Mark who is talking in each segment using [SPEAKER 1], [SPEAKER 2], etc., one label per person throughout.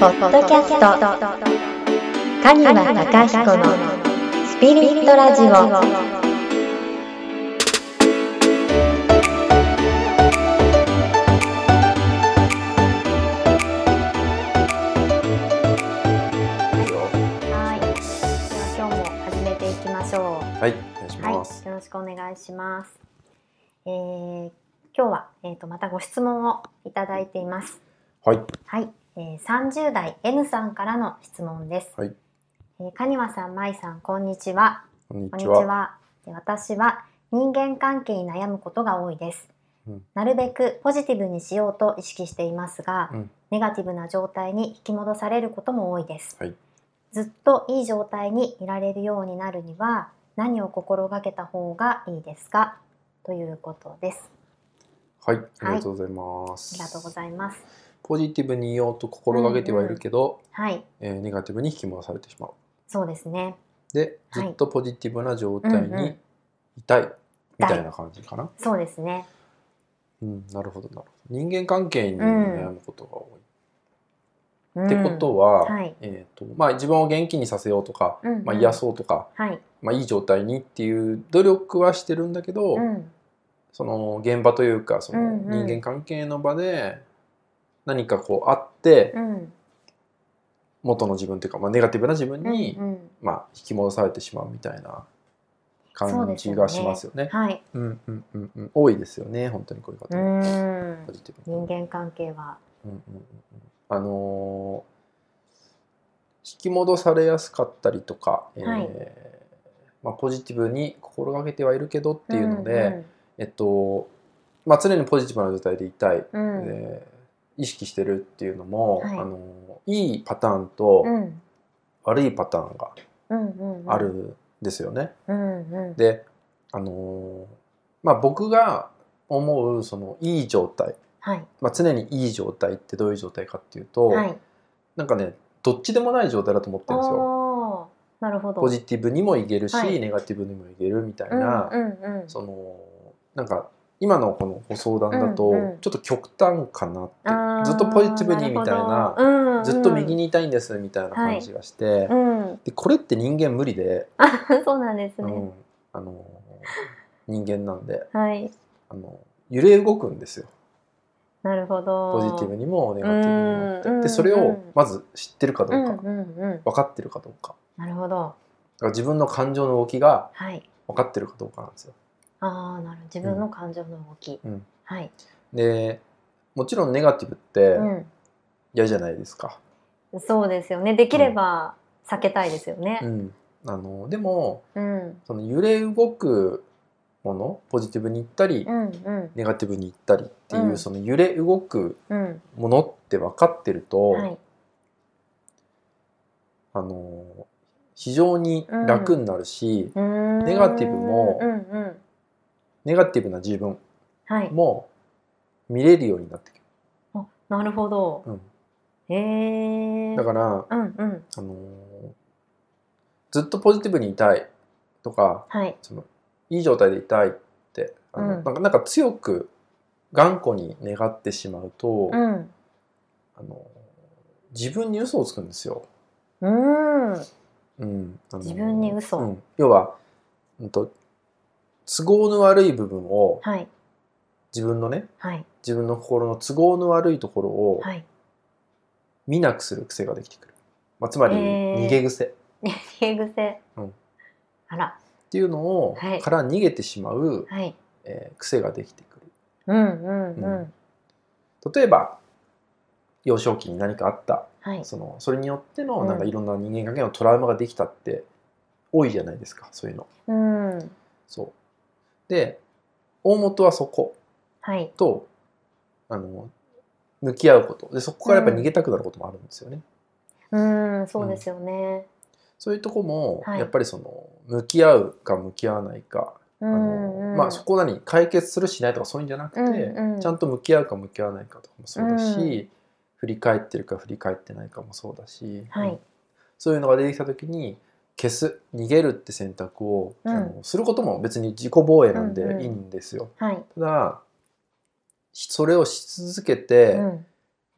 [SPEAKER 1] ポッドキャストカニワ中彦のスピリットラジオ
[SPEAKER 2] はい、お願いします、
[SPEAKER 1] はい、よろしくお願いします。えー、今日はえっ、ー、とまたご質問をいただいています。
[SPEAKER 2] はい。
[SPEAKER 1] はい、えー、30代 N さんからの質問です。はい。えー、カニワさん、マイさん、こんにちは。
[SPEAKER 2] こんにちは。
[SPEAKER 1] は私は人間関係に悩むことが多いです。うん、なるべくポジティブにしようと意識していますが、うん、ネガティブな状態に引き戻されることも多いです。はい、ずっといい状態にいられるようになるには、何を心がけた方がいいですかということです。
[SPEAKER 2] はい、ありがとうございます、
[SPEAKER 1] はい、ありがとうございます。
[SPEAKER 2] ポジティブにいようと心がけてはいるけど、
[SPEAKER 1] うんうん、はい、
[SPEAKER 2] えー、ネガティブに引き戻されてしまう。
[SPEAKER 1] そうですね。
[SPEAKER 2] で、ずっとポジティブな状態にいたい、はいうんうん、みたいな感じかな。
[SPEAKER 1] そうですね。
[SPEAKER 2] うん、なるほどなるほど。人間関係に悩むことが多い。うんってことは、うんはい、えーとまあ、自分を元気にさせようとか、うんうん、まあ、癒そうとか、
[SPEAKER 1] はい、
[SPEAKER 2] まあ、いい状態にっていう努力はしてるんだけど、うん、その現場というかその人間関係の場で何かこうあって、うん、元の自分というか、まあ、ネガティブな自分に、うんうん、まあ、引き戻されてしまうみたいな感じがしますよね。多いですよね本当にこういう
[SPEAKER 1] 方ポジティブ人間関係は、
[SPEAKER 2] うんうんうんあのー、引き戻されやすかったりとか、えーはい、まあ、ポジティブに心がけてはいるけどっていうので、うんうん、えっとまあ、常にポジティブな状態でいたい、うん、えー、意識してるっていうのも、はいあのー、いいパターンと悪いパターンがあるんですよね。
[SPEAKER 1] うんうんうん、
[SPEAKER 2] で、あのまあ、僕が思うそのいい状態、
[SPEAKER 1] はい
[SPEAKER 2] まあ、常にいい状態ってどういう状態かっていうと、
[SPEAKER 1] はい、
[SPEAKER 2] なんかねどっちでもない状態だと思ってるんですよ。
[SPEAKER 1] なるほど
[SPEAKER 2] ポジティブにもいけるし、はい、ネガティブにもいけるみたいな、
[SPEAKER 1] うんうんうん、
[SPEAKER 2] そのなんか今のこのご相談だとちょっと極端かなって、うんうん、ずっとポジティブにみたいな、
[SPEAKER 1] うんうん、
[SPEAKER 2] ずっと右にいたいんですみたいな感じがして、はい
[SPEAKER 1] うん、
[SPEAKER 2] でこれって人間無理で
[SPEAKER 1] そうなんですね、うん、
[SPEAKER 2] あの人間なんで、
[SPEAKER 1] はい、
[SPEAKER 2] あの揺れ動くんですよ。
[SPEAKER 1] なるほど
[SPEAKER 2] ポジティブにもネガティブにもって、うんうん、でそれをまず知ってるかどうか、
[SPEAKER 1] うんうんうん、
[SPEAKER 2] 分かってるかどうか
[SPEAKER 1] なるほど
[SPEAKER 2] だから自分の感情の動きが
[SPEAKER 1] 分
[SPEAKER 2] かってるかどうかなんですよ。
[SPEAKER 1] ああなる自分の感情の動き、
[SPEAKER 2] うん
[SPEAKER 1] はい、
[SPEAKER 2] でもちろんネガティブって嫌じゃないですか、
[SPEAKER 1] うん、そうですよねできれば避けたいですよね。
[SPEAKER 2] うん、あのでも、
[SPEAKER 1] うん、
[SPEAKER 2] その揺れ動くものポジティブに行ったり、
[SPEAKER 1] うんうん、
[SPEAKER 2] ネガティブに行ったりっていう、うん、その揺れ動くものって分かってると、
[SPEAKER 1] はい、
[SPEAKER 2] あの非常に楽になるし、うん、ネガティブも、
[SPEAKER 1] うんうん、
[SPEAKER 2] ネガティブな自分も見れるようになってくる。
[SPEAKER 1] はい、あなるほど、うん
[SPEAKER 2] えー、だから、
[SPEAKER 1] うんうん、
[SPEAKER 2] あのずっとポジティブにいたいとか、
[SPEAKER 1] はい、
[SPEAKER 2] そのいい状態でいたいってあの、うん、なんかなんか強く頑固に願ってしまう
[SPEAKER 1] う
[SPEAKER 2] と、
[SPEAKER 1] ん、
[SPEAKER 2] あの自分に嘘をつくんですよ。
[SPEAKER 1] うん、
[SPEAKER 2] うん、あの
[SPEAKER 1] 自分に嘘、
[SPEAKER 2] うん、要は、うんと、都合の悪い部分を、
[SPEAKER 1] はい、
[SPEAKER 2] 自分のね、
[SPEAKER 1] はい、
[SPEAKER 2] 自分の心の都合の悪いところを、
[SPEAKER 1] はい、
[SPEAKER 2] 見なくする癖ができてくる、まあ、つまり、
[SPEAKER 1] えー、
[SPEAKER 2] 逃げ癖。
[SPEAKER 1] 逃げ癖、
[SPEAKER 2] うん、
[SPEAKER 1] あら
[SPEAKER 2] っていうのを、
[SPEAKER 1] はい、
[SPEAKER 2] から逃げてしまう、
[SPEAKER 1] はい、
[SPEAKER 2] えー、癖ができてくる。
[SPEAKER 1] うんうんうん、
[SPEAKER 2] うん、例えば幼少期に何かあった、
[SPEAKER 1] はい、
[SPEAKER 2] そのそれによってのなんかいろんな人間関係のトラウマができたって多いじゃないですかそういうの。
[SPEAKER 1] うん、、
[SPEAKER 2] そうで大元はそことあの向き合うことでそこからやっぱ逃げたくなることもあるんですよね。
[SPEAKER 1] うん、うん、そうですよね。
[SPEAKER 2] そういうとこも、やっぱりその、向き合うか向き合わないか、
[SPEAKER 1] はい、あの
[SPEAKER 2] まあ、そこ何解決するしないとかそういうんじゃなくて、
[SPEAKER 1] うんうん、
[SPEAKER 2] ちゃんと向き合うか向き合わないかとかもそうだし、うん、振り返ってるか振り返ってないかもそうだし、
[SPEAKER 1] はい、
[SPEAKER 2] そういうのが出てきた時に消す逃げるって選択を、
[SPEAKER 1] うん、
[SPEAKER 2] あのすることも別に自己防衛なんでいいんですよ。
[SPEAKER 1] うんうん、
[SPEAKER 2] ただそれをし続けて、
[SPEAKER 1] うん、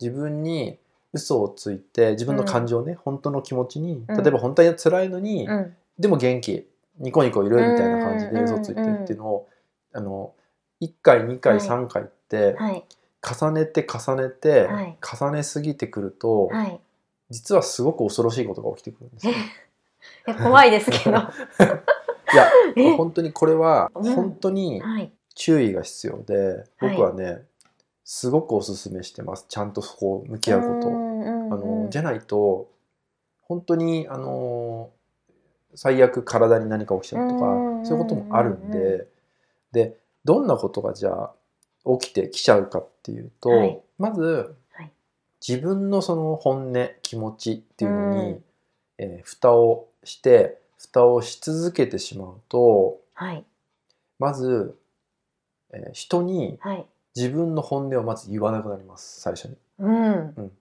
[SPEAKER 2] 自分に嘘をついて自分の感情ね、本当の気持ちに例えば本当に辛いのに、でも元気ニコニコいるみたいな感じで嘘ついてるっていうのを、あの1回2回、はい、3回って、はい、重ねて重ねて、はい、重ねすぎてくると、実はすごく恐ろしいことが起きてくるんですよ。
[SPEAKER 1] 怖いですけ ど
[SPEAKER 2] いや本当にこれは本当に注意が必要で、僕はねすごくおすすめしてますちゃんとそこを向き合うこと。あのじゃないと本当にあの最悪体に何か起きちゃうとかそういうこともあるんででどんなことがじゃあ起きてきちゃうかっていうと、はい、まず、はい、自分のその本音気持ちっていうのに、えー、蓋をして蓋をし続けてしまうと、はい、まず、えー、人に自分の本音をまず言わなくなります最初に。うんうん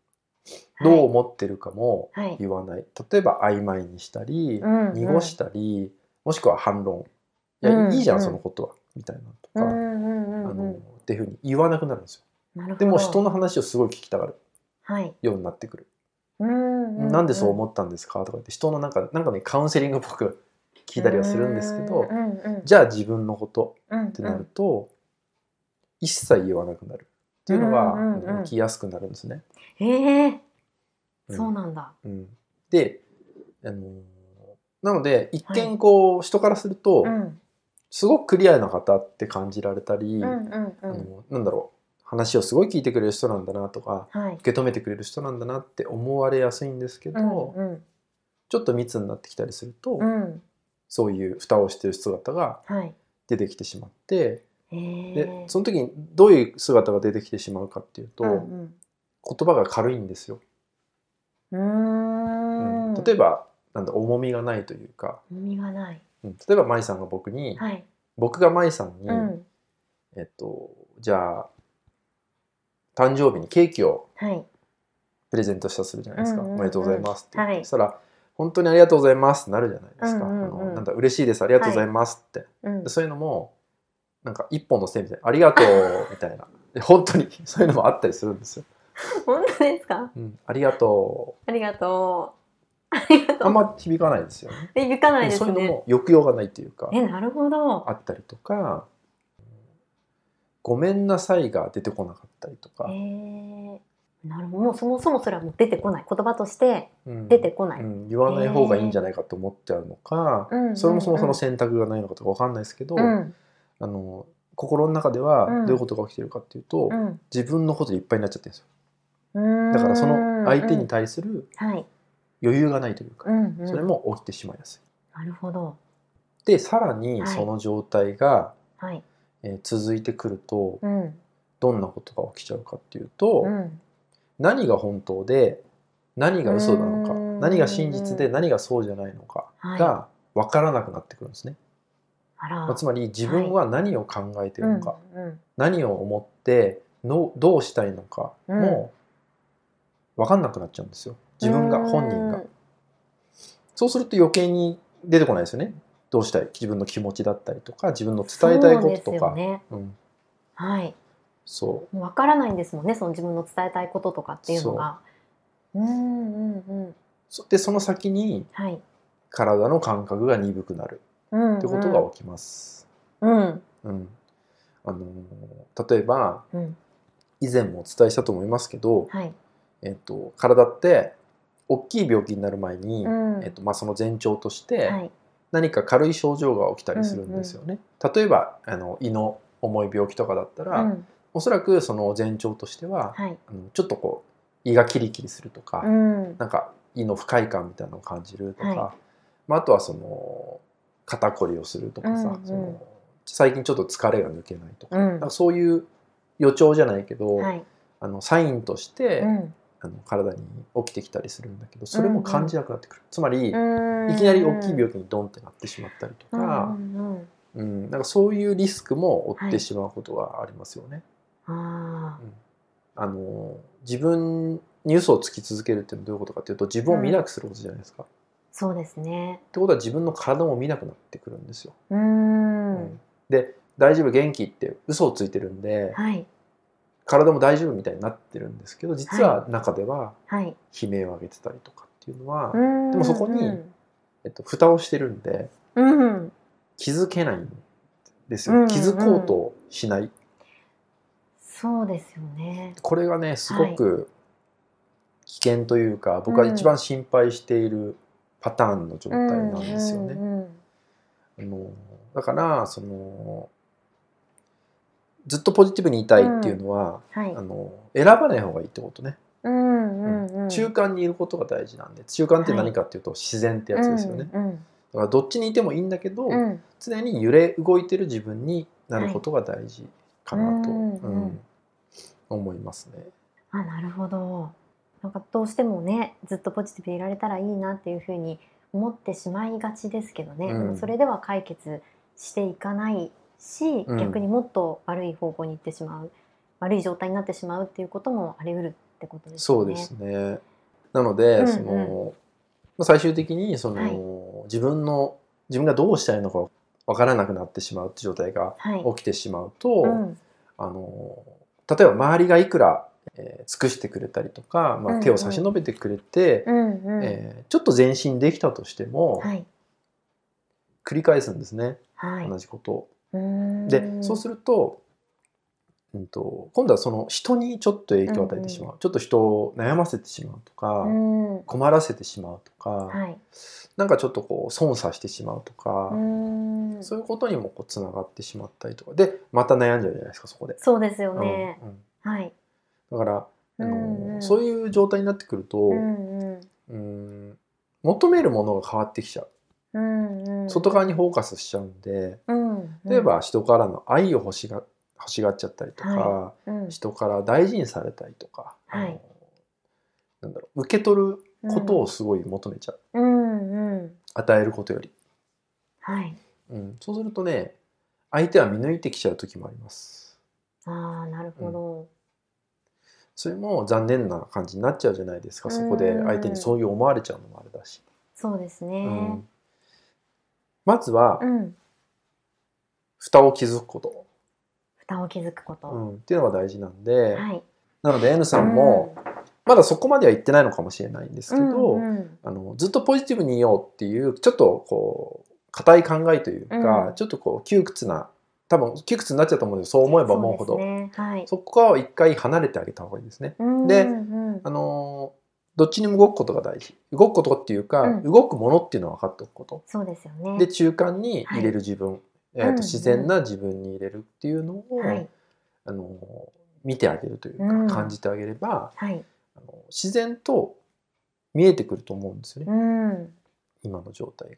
[SPEAKER 2] どう思ってるかも言わない、はい、例えば曖昧にしたり、うんうん、濁したりもしくは反論「いや、うんうん、いいじゃんそのことは」みたいなとか、うんうんうん、あのっていうふうに言わなくなるんですよ。でも人の話をすごい聞きたがる、はい、ようになってくる。うんうん、なんでそう思ったんですかとか言って人のなんかなんかねカウンセリングっぽく聞いたりはするんですけど、うんうん、じゃあ自分のことってなると、うんうん、一切言わなくなる。っていうのが、うんうん、きやすくなるんですね。
[SPEAKER 1] えー、うん、そうなんだ。
[SPEAKER 2] うん、で、あのなので一見こう、はい、人からすると、うん、すごくクリアな方って感じられたり、うんうんうん、あのなんだろう話をすごい聞いてくれる人なんだなとか、はい、受け止めてくれる人なんだなって思われやすいんですけど、うんうん、ちょっと密になってきたりすると、うん、そういう蓋をしてる姿が出てきてしまって。はいでその時にどういう姿が出てきてしまうかっていうと、うんうん、言葉が軽いんですよ。うん、例えばなんだ重みがないというか
[SPEAKER 1] 重みがない、
[SPEAKER 2] うん、例えば舞さんが僕に、はい、僕が舞さんに、うん、えっと、じゃあ誕生日にケーキをプレゼントしたするじゃないですか「はい、おめでとうございます」って、うんうんうん、そしたら「本当にありがとうございます」ってなるじゃないですか「うんうんうん、あのなんだ嬉しいですありがとうございます」って、はい、そういうのもなんか一本の線みたいな、ありがとうみたいな。本当に、 そういうのもあったりするんですよ。
[SPEAKER 1] 本当ですか、
[SPEAKER 2] うん、ありがと
[SPEAKER 1] う。ありがとう。あ
[SPEAKER 2] りがとう。あんま響かないですよね。
[SPEAKER 1] 響かないです、ね、
[SPEAKER 2] そういうのも抑揚がないというか。
[SPEAKER 1] え、なるほど。
[SPEAKER 2] あったりとか、ごめんなさいが出てこなかったりとか。え
[SPEAKER 1] ー、なるほど。もうそもそもそれはもう出てこない。言葉として出てこない、うん
[SPEAKER 2] うん、言わない方がいいんじゃないかと思っちゃうのか、えー、それもそもその選択がないのかとかわかんないですけど、あの心の中ではどういうことが起きてるかっていうと、うん、自分のことでいっぱいになっちゃってるんですよ。だからその相手に対する余裕がないというか、うんうん、それも起きてしまいやす
[SPEAKER 1] い。なるほど
[SPEAKER 2] でさらにその状態が、はい、えー、続いてくると、うん、どんなことが起きちゃうかっていうと、うん、何が本当で何が嘘なのか何が真実で何がそうじゃないのかが分からなくなってくるんですね。まあ、つまり自分は何を考えてるのか、はいうんうん、何を思ってのどうしたいのかも分かんなくなっちゃうんですよ自分が本人が。そうすると余計に出てこないですよねどうしたい自分の気持ちだったりとか自分の伝えたいこととか。
[SPEAKER 1] ねうん、はい
[SPEAKER 2] そう
[SPEAKER 1] 分からないんですもんねその自分の伝えたいこととかっていうのが。うんうんうん、
[SPEAKER 2] でその先に体の感覚が鈍くなる。ってことが起きます。うん、うん、あの例えば、うん、以前もお伝えしたと思いますけど、はい、えっと、体って大きい病気になる前に、うん、えっとまあ、その前兆として、はい、何か軽い症状が起きたりするんですよね。うんうん、例えばあの胃の重い病気とかだったら、うん、おそらくその前兆としては、はい、あのちょっとこう胃がキリキリするとか、うん、なんか胃の不快感みたいなのを感じるとか、まあ、あとはその肩こりをするとかさ、うんうん、その最近ちょっと疲れが抜けないとか,うん、かそういう予兆じゃないけど、はい、あのサインとして、うん、あの体に起きてきたりするんだけどそれも感じなくなってくる、うんうん、つまり、うんうん、いきなり大きい病気にドンってなってしまったりとか,、うんうん、なんかそういうリスクも負ってしまうことがありますよね。はい、あの自分に嘘をつき続けるっていうのはどういうことかっていうと自分を見なくすることじゃないですか。
[SPEAKER 1] そうですね。
[SPEAKER 2] ってことは自分の体も見なくなってくるんですよ。うん、で大丈夫元気って嘘をついてるんで、はい、体も大丈夫みたいになってるんですけど実は中では
[SPEAKER 1] はい。
[SPEAKER 2] 悲鳴を上げてたりとかっていうのは、
[SPEAKER 1] で
[SPEAKER 2] でもそこにえっと、蓋をしてるんで
[SPEAKER 1] うん、
[SPEAKER 2] 気づけないんです
[SPEAKER 1] うんう
[SPEAKER 2] よ
[SPEAKER 1] ん
[SPEAKER 2] 気づこうとしない、
[SPEAKER 1] そうですよね。
[SPEAKER 2] これがねすごく危険というか、僕は一番心配しているパターンの状態なんですよね。
[SPEAKER 1] うんうん
[SPEAKER 2] あのだからそのずっとポジティブにいたいっていうのは、
[SPEAKER 1] はい
[SPEAKER 2] あ。の選ばない方がいいってことね、
[SPEAKER 1] うんうんうん。
[SPEAKER 2] 中間にいることが大事なんで中間って何かっていうと自然ってやつですよね、だ
[SPEAKER 1] うん
[SPEAKER 2] からどっちにいてもいいんだけど、
[SPEAKER 1] うんうん
[SPEAKER 2] 常に揺れ動いてる自分になることが大事か
[SPEAKER 1] はい
[SPEAKER 2] なと、
[SPEAKER 1] うん
[SPEAKER 2] うん
[SPEAKER 1] うん
[SPEAKER 2] 思いますね。
[SPEAKER 1] あなるほどなんかどうしてもねずっとポジティブでいられたらいいなっていうふうに思ってしまいがちですけどね、
[SPEAKER 2] うん
[SPEAKER 1] でもそれでは解決していかないし、
[SPEAKER 2] うん
[SPEAKER 1] 逆にもっと悪い方向に行ってしまう悪い状態になってしまうっていうこともあり得るってことです
[SPEAKER 2] そ
[SPEAKER 1] よ
[SPEAKER 2] うで
[SPEAKER 1] ね。
[SPEAKER 2] すねなので、
[SPEAKER 1] うんうん
[SPEAKER 2] そのまあ最終的にその、
[SPEAKER 1] はい
[SPEAKER 2] 自分の自分がどうしたいのかわからなくなってしまうって状態が
[SPEAKER 1] はい、
[SPEAKER 2] 起きてしまうと、
[SPEAKER 1] うん
[SPEAKER 2] あの例えば周りがいくら、えー尽くしてくれたりとか、
[SPEAKER 1] うん
[SPEAKER 2] ま
[SPEAKER 1] う
[SPEAKER 2] あ、
[SPEAKER 1] ん
[SPEAKER 2] 手を差し伸べてくれて、
[SPEAKER 1] うんうん
[SPEAKER 2] えーちょっと前進できたとしても、
[SPEAKER 1] はい
[SPEAKER 2] 繰り返すんですね
[SPEAKER 1] はい
[SPEAKER 2] 同じことを。
[SPEAKER 1] うーん
[SPEAKER 2] でそうすると,、うん、と今度はその人にちょっと影響を与えてしまう、ちょっと人を悩ませてしまうとか、
[SPEAKER 1] うんは
[SPEAKER 2] 困らせてしまうとか、
[SPEAKER 1] い
[SPEAKER 2] なんかちょっとこう損さしてしまうとか
[SPEAKER 1] う、ーん
[SPEAKER 2] そういうことにもこうつながってしまったりとかでまた悩んじゃうじゃないですかそこで。
[SPEAKER 1] そうですよね。
[SPEAKER 2] うんうん
[SPEAKER 1] はい。
[SPEAKER 2] だからあの、そう
[SPEAKER 1] い
[SPEAKER 2] いう状態になってくると、
[SPEAKER 1] ううんうん
[SPEAKER 2] うん求めるものが変わってきちゃう、
[SPEAKER 1] うんうん
[SPEAKER 2] 外側にフォーカスしちゃうんで
[SPEAKER 1] うん
[SPEAKER 2] 例えば人からの愛を欲しが欲しがっちゃったりとか、
[SPEAKER 1] はうん
[SPEAKER 2] 人から大事にされたりとか、
[SPEAKER 1] はい
[SPEAKER 2] あのなんだろう受け取ることをすごい求めちゃう、
[SPEAKER 1] うんうん
[SPEAKER 2] 与えることより、
[SPEAKER 1] はい。
[SPEAKER 2] うん、そうするとね相手は見抜いてきちゃう時もあります
[SPEAKER 1] ああ、なるほど。
[SPEAKER 2] それも残念な感じになっちゃうじゃないですかそこで相手にそういう思われちゃうのもあれだし、
[SPEAKER 1] そうです
[SPEAKER 2] う
[SPEAKER 1] ね
[SPEAKER 2] ん。まずは
[SPEAKER 1] うん。
[SPEAKER 2] 蓋を築くこと、
[SPEAKER 1] 蓋を気づくこ
[SPEAKER 2] う
[SPEAKER 1] と。
[SPEAKER 2] ん、っていうのが大事なんで、
[SPEAKER 1] はい。
[SPEAKER 2] なので N さんもまだそこまでは言ってないのかもしれないんです
[SPEAKER 1] う
[SPEAKER 2] け
[SPEAKER 1] ん、
[SPEAKER 2] ど、
[SPEAKER 1] うんうん
[SPEAKER 2] あのずっとポジティブにいようっていうちょっとこう固い考えというか、
[SPEAKER 1] うん
[SPEAKER 2] ちょっとこう窮屈な多分窮屈になっちゃうと思うんですよそう思えば思うほど
[SPEAKER 1] そで
[SPEAKER 2] そ
[SPEAKER 1] すねはい。
[SPEAKER 2] こは一回離れてあげた方がいいですね。で
[SPEAKER 1] うんうん
[SPEAKER 2] あのーどっちにも動くことが大事動くことっていうか、
[SPEAKER 1] うん
[SPEAKER 2] 動くものっていうのは分かっておくこと
[SPEAKER 1] そうですよね。
[SPEAKER 2] で中間に入れる自分、えー
[SPEAKER 1] うんうん
[SPEAKER 2] と自然な自分に入れるっていうのを、
[SPEAKER 1] はい。
[SPEAKER 2] あのー見てあげるというか、
[SPEAKER 1] うん
[SPEAKER 2] 感じてあげれば
[SPEAKER 1] はい。
[SPEAKER 2] あの自然と見えてくると思うんですよね、
[SPEAKER 1] うん。
[SPEAKER 2] 今の状態が。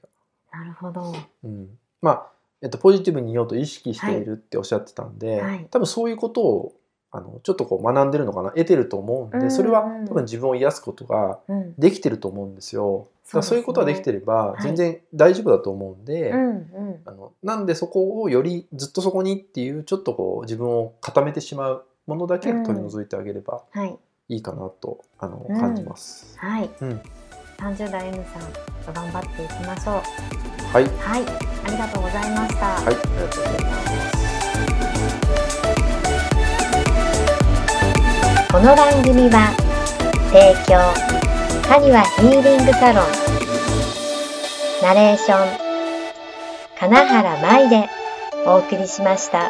[SPEAKER 1] なるほど。
[SPEAKER 2] うん、まあ、えっと、ポジティブにいようと意識しているっておっしゃってたんで、
[SPEAKER 1] はい
[SPEAKER 2] 多分そういうことをあのちょっとこう学んでるのかな得てると思う
[SPEAKER 1] うん
[SPEAKER 2] んでそれは
[SPEAKER 1] うん
[SPEAKER 2] 多分自分を癒すことが
[SPEAKER 1] うん。
[SPEAKER 2] できてると思うんですよ。だか
[SPEAKER 1] そ
[SPEAKER 2] らそう
[SPEAKER 1] ですね
[SPEAKER 2] ういうことができてれば
[SPEAKER 1] い
[SPEAKER 2] 全然大丈夫だと思うんで、
[SPEAKER 1] うんうん
[SPEAKER 2] あのなんでそこをよりずっとそこにっていうちょっとこう自分を固めてしまうものだけ取り除いてあげれば
[SPEAKER 1] はい。
[SPEAKER 2] いいかなとあの
[SPEAKER 1] うん
[SPEAKER 2] 感じます。
[SPEAKER 1] はい。
[SPEAKER 2] うん、
[SPEAKER 1] 三十代 M さん、頑張っていきましょう。
[SPEAKER 2] はい、
[SPEAKER 1] はい。ありがとうございました。
[SPEAKER 2] はい、ありがとうございます。
[SPEAKER 1] この番組は提供ハニワヒーリングサロンナレーション金原舞でお送りしました。